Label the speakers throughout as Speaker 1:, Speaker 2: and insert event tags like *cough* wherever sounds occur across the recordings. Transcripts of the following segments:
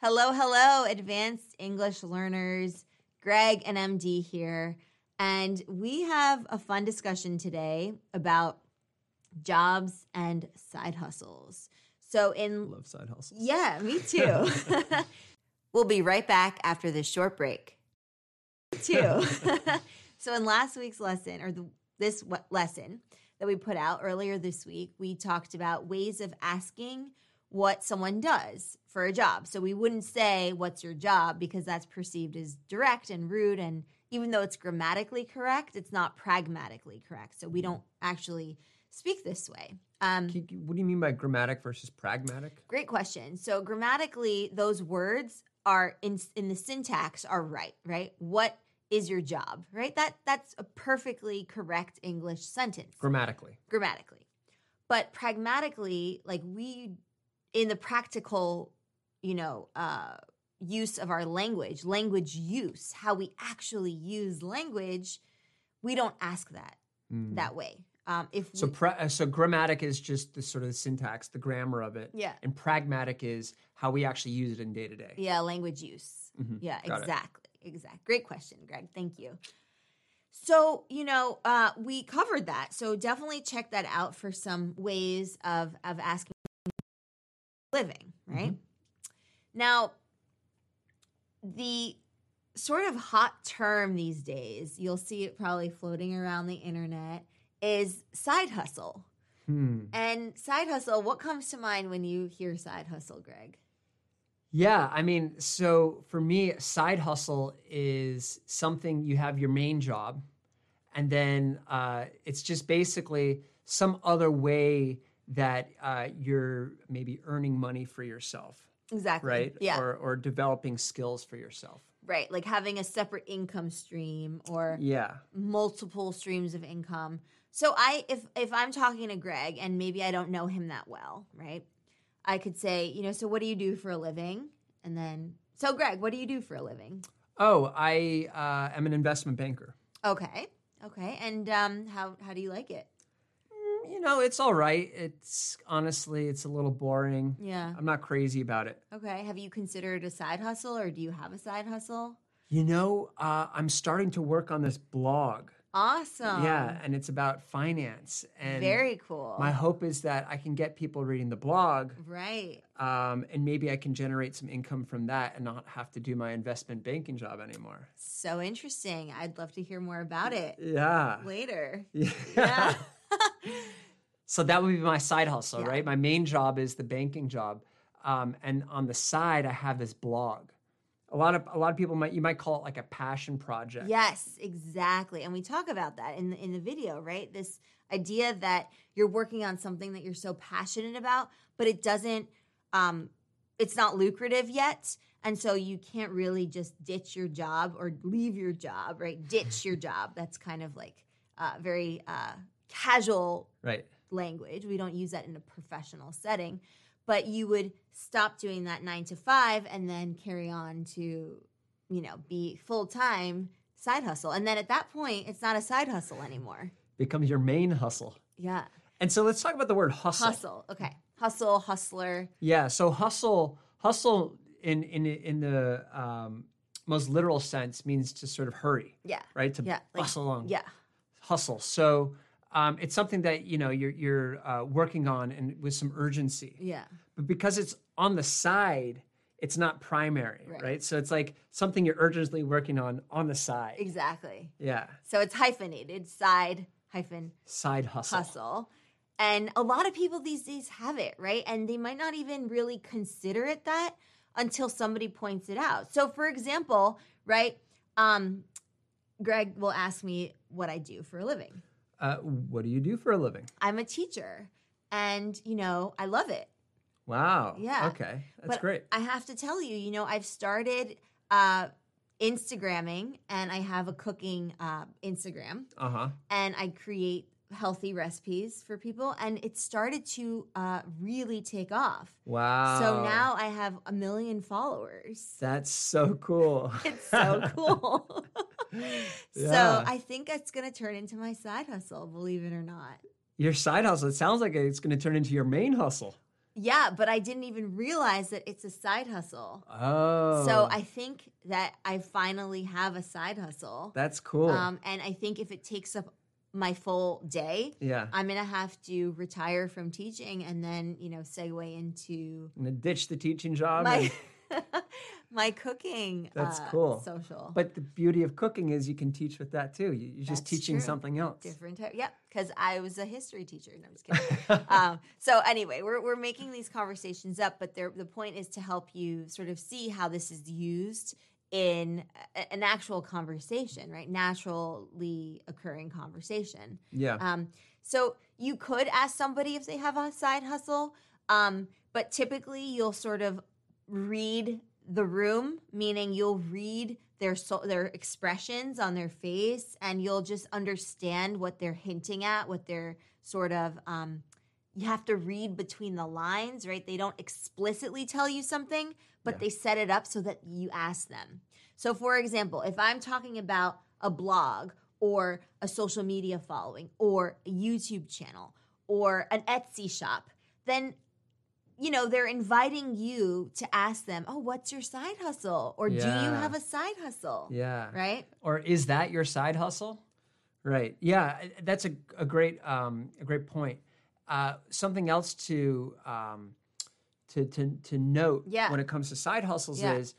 Speaker 1: Hello, hello, advanced English learners. Greg and MD here. And we have a fun discussion today about jobs and side hustles. So, in
Speaker 2: Love side hustles.
Speaker 1: yeah, me too. we'll be right back after this short break. Too. so, in last week's lesson, or the, this w- lesson that we put out earlier this week, we talked about ways of asking what someone does for a job. So, we wouldn't say, What's your job? because that's perceived as direct and rude. And even though it's grammatically correct, it's not pragmatically correct. So, we don't actually speak this way. Um,
Speaker 2: Can you- What do you mean by grammatic versus pragmatic?
Speaker 1: Great question. So grammatically, those words are in in the syntax are right, right? What is your job, right? That that's a perfectly correct English sentence
Speaker 2: Grammatically.
Speaker 1: grammatically. But pragmatically, like we in the practical, you know, uh use of our language, language use, how we actually use language, we don't ask that
Speaker 2: Hmm.
Speaker 1: that way. Um if
Speaker 2: So,
Speaker 1: we,
Speaker 2: pra- uh, so grammatic is just the sort of syntax, the grammar of it,
Speaker 1: yeah,
Speaker 2: and pragmatic is how we actually use it in day to day.
Speaker 1: yeah, language use.
Speaker 2: Mhm.
Speaker 1: Yeah,
Speaker 2: Got it.
Speaker 1: exactly. Exactly. Great question, Greg. Thank you. So, you know, uh, we covered that. So definitely check that out for some ways of of asking living,
Speaker 2: Mm-hmm.
Speaker 1: right? Now, the sort of hot term these days, you'll see it probably floating around the internet, is side hustle.
Speaker 2: Hmm.
Speaker 1: And side hustle, what comes to mind when you hear side hustle, Greg?
Speaker 2: Yeah, I mean, so for me, side hustle is something you have your main job, and then uh, it's just basically some other way that uh, you're maybe earning money for yourself,
Speaker 1: Exactly.
Speaker 2: right?
Speaker 1: Yeah.
Speaker 2: Or, or developing skills for yourself.
Speaker 1: Right, like having a separate income stream or
Speaker 2: Yeah.
Speaker 1: multiple streams of income. So I if if I'm talking to Greg and maybe I don't know him that well, right? I could say, you know, so what do you do for a living? And then so Greg, what do you do for a living?
Speaker 2: Oh, I uh, am an investment banker.
Speaker 1: Okay. Okay. And um how how do you like it?
Speaker 2: Mm, You know, it's all right. It's honestly, it's a little boring.
Speaker 1: Yeah.
Speaker 2: I'm not crazy about it.
Speaker 1: Okay. Have you considered a side hustle or do you have a side hustle?
Speaker 2: You know, uh, I'm starting to work on this blog.
Speaker 1: Awesome.
Speaker 2: Yeah, and it's about finance. And
Speaker 1: Very cool.
Speaker 2: my hope is that I can get people reading the blog,
Speaker 1: right.
Speaker 2: um, and maybe I can generate some income from that, and not have to do my investment banking job anymore.
Speaker 1: So interesting. I'd love to hear more about it
Speaker 2: Yeah.
Speaker 1: *laughs* later.
Speaker 2: *laughs* Yeah.
Speaker 1: Yeah.
Speaker 2: so that would be my side hustle,
Speaker 1: Yeah.
Speaker 2: right? My main job is the banking job, um, and on the side I have this blog. A lot of a lot of people might you might call it like a passion project.
Speaker 1: Yes, exactly. And we talk about that in the, in the video, right? This idea that you're working on something that you're so passionate about, but it doesn't um it's not lucrative yet, and so you can't really just ditch your job or leave your job, right? Ditch your job. That's kind of like uh very uh casual
Speaker 2: Right.
Speaker 1: language. We don't use that in a professional setting, but you would stop doing that nine to five and then carry on to, you know, be full time side hustle. And then at that point, it's not a side hustle anymore.
Speaker 2: Becomes your main hustle.
Speaker 1: Yeah.
Speaker 2: And so let's talk about the word hustle.
Speaker 1: Hustle. Okay. Hustle, hustler.
Speaker 2: Yeah. So hustle, hustle in in in the um, most literal sense means to sort of hurry,
Speaker 1: Yeah.
Speaker 2: right? To
Speaker 1: Yeah, like-
Speaker 2: bustle along,
Speaker 1: Yeah.
Speaker 2: hustle. So um, it's something that you know you're you're uh, working on and with some urgency.
Speaker 1: Yeah.
Speaker 2: But because it's on the side, it's not primary,
Speaker 1: Right.
Speaker 2: right? So it's like something you're urgently working on on the side.
Speaker 1: Exactly.
Speaker 2: Yeah.
Speaker 1: So it's hyphenated side hyphen
Speaker 2: Side hustle.
Speaker 1: hustle. And a lot of people these days have it, right? And they might not even really consider it that until somebody points it out. So, for example, right, um, Greg will ask me what I do for a living.
Speaker 2: Uh, what do you do for a living?
Speaker 1: I'm a teacher and, you know, I love it.
Speaker 2: Wow.
Speaker 1: Yeah.
Speaker 2: Okay. That's
Speaker 1: But
Speaker 2: great.
Speaker 1: I have to tell you, you know, I've started uh, Instagramming and I have a cooking uh, Instagram.
Speaker 2: Uh huh.
Speaker 1: and I create healthy recipes for people. And it started to uh, really take off.
Speaker 2: Wow.
Speaker 1: So now I have a million
Speaker 2: *laughs*
Speaker 1: followers.
Speaker 2: That's so cool.
Speaker 1: *laughs* It's so
Speaker 2: *laughs*
Speaker 1: cool. So
Speaker 2: Yeah.
Speaker 1: I think it's going to turn into my side hustle, believe it or not.
Speaker 2: Your side hustle, it sounds like it's going to turn into your main hustle.
Speaker 1: Yeah, but I didn't even realize that it's a side hustle.
Speaker 2: Oh.
Speaker 1: So I think that I finally have a side hustle.
Speaker 2: That's cool.
Speaker 1: Um, and I think if it takes up my full day,
Speaker 2: yeah.
Speaker 1: I'm gonna have to retire from teaching and then you know segue into
Speaker 2: I'm gonna ditch the teaching job.
Speaker 1: my *laughs*
Speaker 2: and-
Speaker 1: my cooking.
Speaker 2: That's
Speaker 1: uh,
Speaker 2: cool.
Speaker 1: Social,
Speaker 2: but the beauty of cooking is you can teach with that too. You- You're just
Speaker 1: That's
Speaker 2: teaching
Speaker 1: true.
Speaker 2: something else.
Speaker 1: different type. Yep, because I was a history teacher. No, I'm just kidding.
Speaker 2: *laughs*
Speaker 1: um, so anyway, we're we're making these conversations up, but they're- the point is to help you sort of see how this is used in a- an actual conversation, right? Naturally occurring conversation.
Speaker 2: Yeah.
Speaker 1: Um, so you could ask somebody if they have a side hustle, um, but typically you'll sort of read the room, meaning you'll read their so- their expressions on their face, and you'll just understand what they're hinting at, what they're sort of. Um, you have to read between the lines, right? They don't explicitly tell you something, but
Speaker 2: Yeah.
Speaker 1: they set it up so that you ask them. So, for example, if I'm talking about a blog or a social media following or a YouTube channel or an Etsy shop, then you know they're inviting you to ask them, "Oh, what's your side hustle?" or "Do you
Speaker 2: Yeah.
Speaker 1: have a side hustle?"
Speaker 2: yeah.
Speaker 1: Right?
Speaker 2: Or is that your side hustle? Right. Yeah. I- That's a, a great um, a great point. Uh, something else to um, to to to note
Speaker 1: Yeah.
Speaker 2: when it comes to side hustles
Speaker 1: Yeah.
Speaker 2: is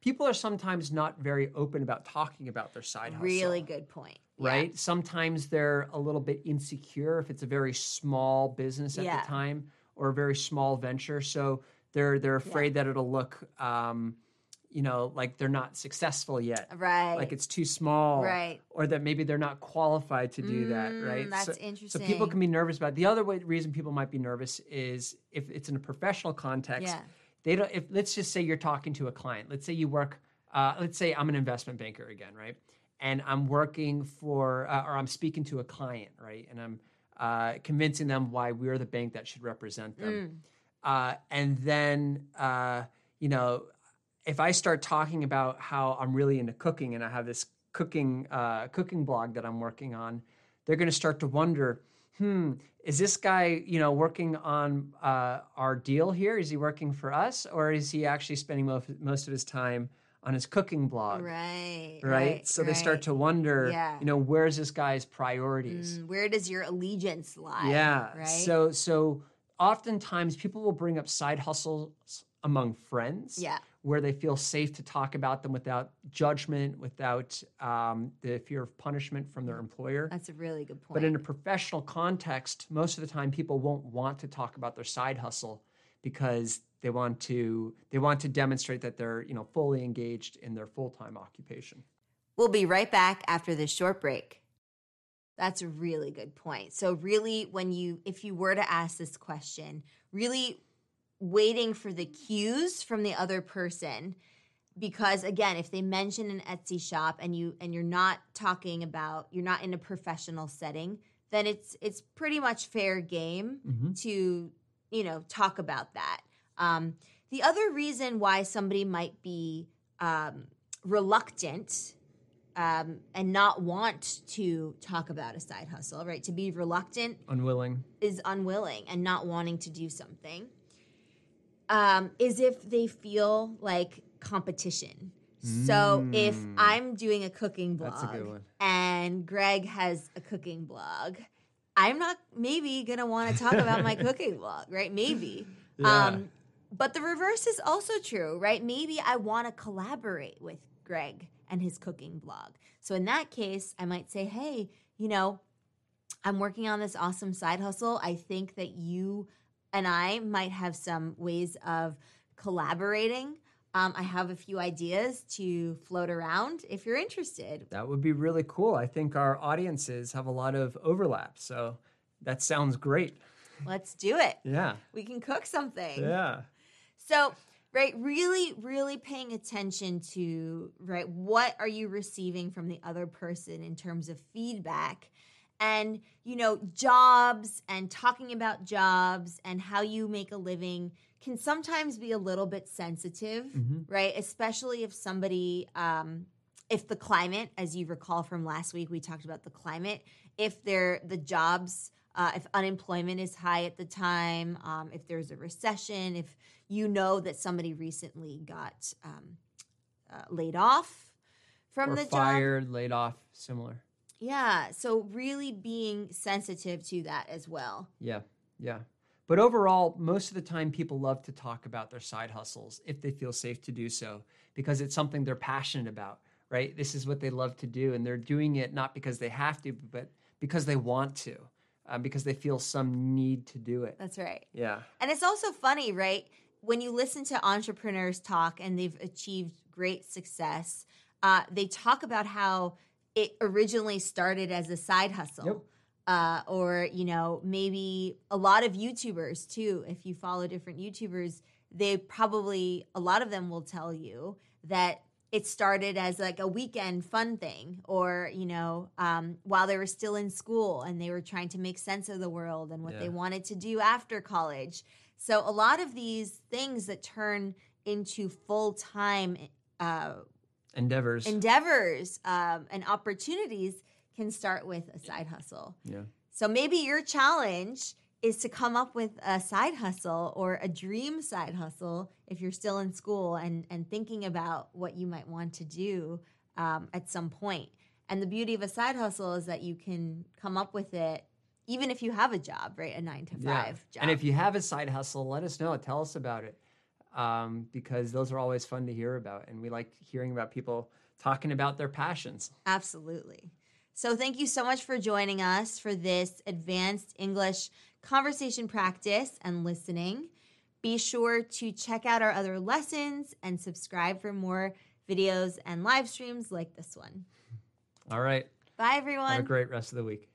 Speaker 2: people are sometimes not very open about talking about their side hustle.
Speaker 1: Really good point. Yeah.
Speaker 2: right? Sometimes they're a little bit insecure if it's a very small business at
Speaker 1: Yeah.
Speaker 2: the time or a very small venture. So they're they're afraid that it'll look, um, you know, like they're not successful yet,
Speaker 1: Right.
Speaker 2: like it's too small,
Speaker 1: Right.
Speaker 2: Or that maybe they're not qualified to do that,
Speaker 1: Mm,
Speaker 2: right?
Speaker 1: That's
Speaker 2: so, so
Speaker 1: interesting.
Speaker 2: people can be nervous about. It. The other way, reason people might be nervous is if it's in a professional context.
Speaker 1: Yeah.
Speaker 2: They don't. If let's just say you're talking to a client. Let's say you work. Uh, let's say I'm an investment banker again, right? And I'm working for, uh, or I'm speaking to a client, right? And I'm uh, convincing them why we're the bank that should represent them
Speaker 1: Mm.
Speaker 2: uh, and then uh, you know if i start talking about how i'm really into cooking and i have this cooking uh, cooking blog that i'm working on they're going to start to wonder hmm is this guy you know working on uh, our deal here is he working for us or is he actually spending mo- most of his time on his cooking blog
Speaker 1: Mm, Right.
Speaker 2: right? so they start
Speaker 1: right.
Speaker 2: to wonder
Speaker 1: Yeah.
Speaker 2: you know where's this guy's priorities
Speaker 1: Mm, where does your allegiance lie?
Speaker 2: yeah.
Speaker 1: Right.
Speaker 2: So so oftentimes people will bring up side hustles among friends.
Speaker 1: Yeah.
Speaker 2: Where they feel safe to talk about them without judgment, without um, the fear of punishment from their employer.
Speaker 1: that's a really good point.
Speaker 2: But in a professional context, most of the time people won't want to talk about their side hustle because they want to they want to demonstrate that they're you know fully engaged in their full time occupation.
Speaker 1: We'll be right back after this short break. That's a really good point. So really when you if you were to ask this question, really waiting for the cues from the other person because again, if they mention an Etsy shop and you and you're not talking about you're not in a professional setting, then it's it's pretty much fair game
Speaker 2: Mhm.
Speaker 1: to you know talk about that. Um, the other reason why somebody might be um, reluctant um, and not want to talk about a side hustle, right? To be reluctant
Speaker 2: Unwilling.
Speaker 1: is unwilling and not wanting to do something um, is if they feel like competition. So if
Speaker 2: Mm.
Speaker 1: I'm doing a cooking blog
Speaker 2: That's a good one.
Speaker 1: and Greg has a cooking blog, I'm not maybe gonna want to talk about
Speaker 2: *laughs*
Speaker 1: my cooking blog, right? Maybe.
Speaker 2: Yeah.
Speaker 1: Um, but the reverse is also true, right? Maybe I want to collaborate with Greg and his cooking blog. So in that case, I might say, hey, you know, I'm working on this awesome side hustle. I think that you and I might have some ways of collaborating. Um, I have a few ideas to float around if you're interested.
Speaker 2: That would be really cool. I think our audiences have a lot of overlap. So that sounds great.
Speaker 1: Let's do it.
Speaker 2: Yeah.
Speaker 1: We can cook something.
Speaker 2: Yeah.
Speaker 1: So, right, really, really paying attention to, right, what are you receiving from the other person in terms of feedback? And, you know, jobs and talking about jobs and how you make a living can sometimes be a little bit sensitive,
Speaker 2: Mhm.
Speaker 1: right? Especially if somebody, um, if the climate, as you recall from last week, we talked about the climate, if they're the jobs uh, if unemployment is high at the time, um, if there's a recession, if you know that somebody recently got um, uh, laid off from
Speaker 2: or
Speaker 1: the job.
Speaker 2: fired, laid off, similar.
Speaker 1: Yeah. So really being sensitive to that as well.
Speaker 2: Yeah, yeah. But overall, most of the time, people love to talk about their side hustles if they feel safe to do so because it's something they're passionate about, right? This is what they love to do, and they're doing it not because they have to, but because they want to, uh, because they feel some need to do it.
Speaker 1: That's right.
Speaker 2: Yeah,
Speaker 1: And it's also funny, right? When you listen to entrepreneurs talk and they've achieved great success, uh, they talk about how it originally started as a side hustle.
Speaker 2: Yep.
Speaker 1: Uh, or, you know, maybe a lot of YouTubers too, if you follow different YouTubers, they probably, a lot of them will tell you that it started as like a weekend fun thing or, you know, um, while they were still in school and they were trying to make sense of the world and what
Speaker 2: Yeah.
Speaker 1: they wanted to do after college. So a lot of these things that turn into full time uh,
Speaker 2: endeavors.
Speaker 1: endeavors um, and opportunities can start with a side hustle.
Speaker 2: yeah.
Speaker 1: So maybe your challenge is to come up with a side hustle or a dream side hustle if you're still in school and and thinking about what you might want to do um, at some point. And the beauty of a side hustle is that you can come up with it even if you have a job, right? A nine to five
Speaker 2: Yeah.
Speaker 1: job.
Speaker 2: And if you have a side hustle, let us know. Tell us about it um, because those are always fun to hear about. And we like hearing about people talking about their passions.
Speaker 1: Absolutely. So, thank you so much for joining us for this advanced English conversation practice and listening. Be sure to check out our other lessons and subscribe for more videos and live streams like this one.
Speaker 2: All right.
Speaker 1: Bye, everyone.
Speaker 2: Have a great rest of the week.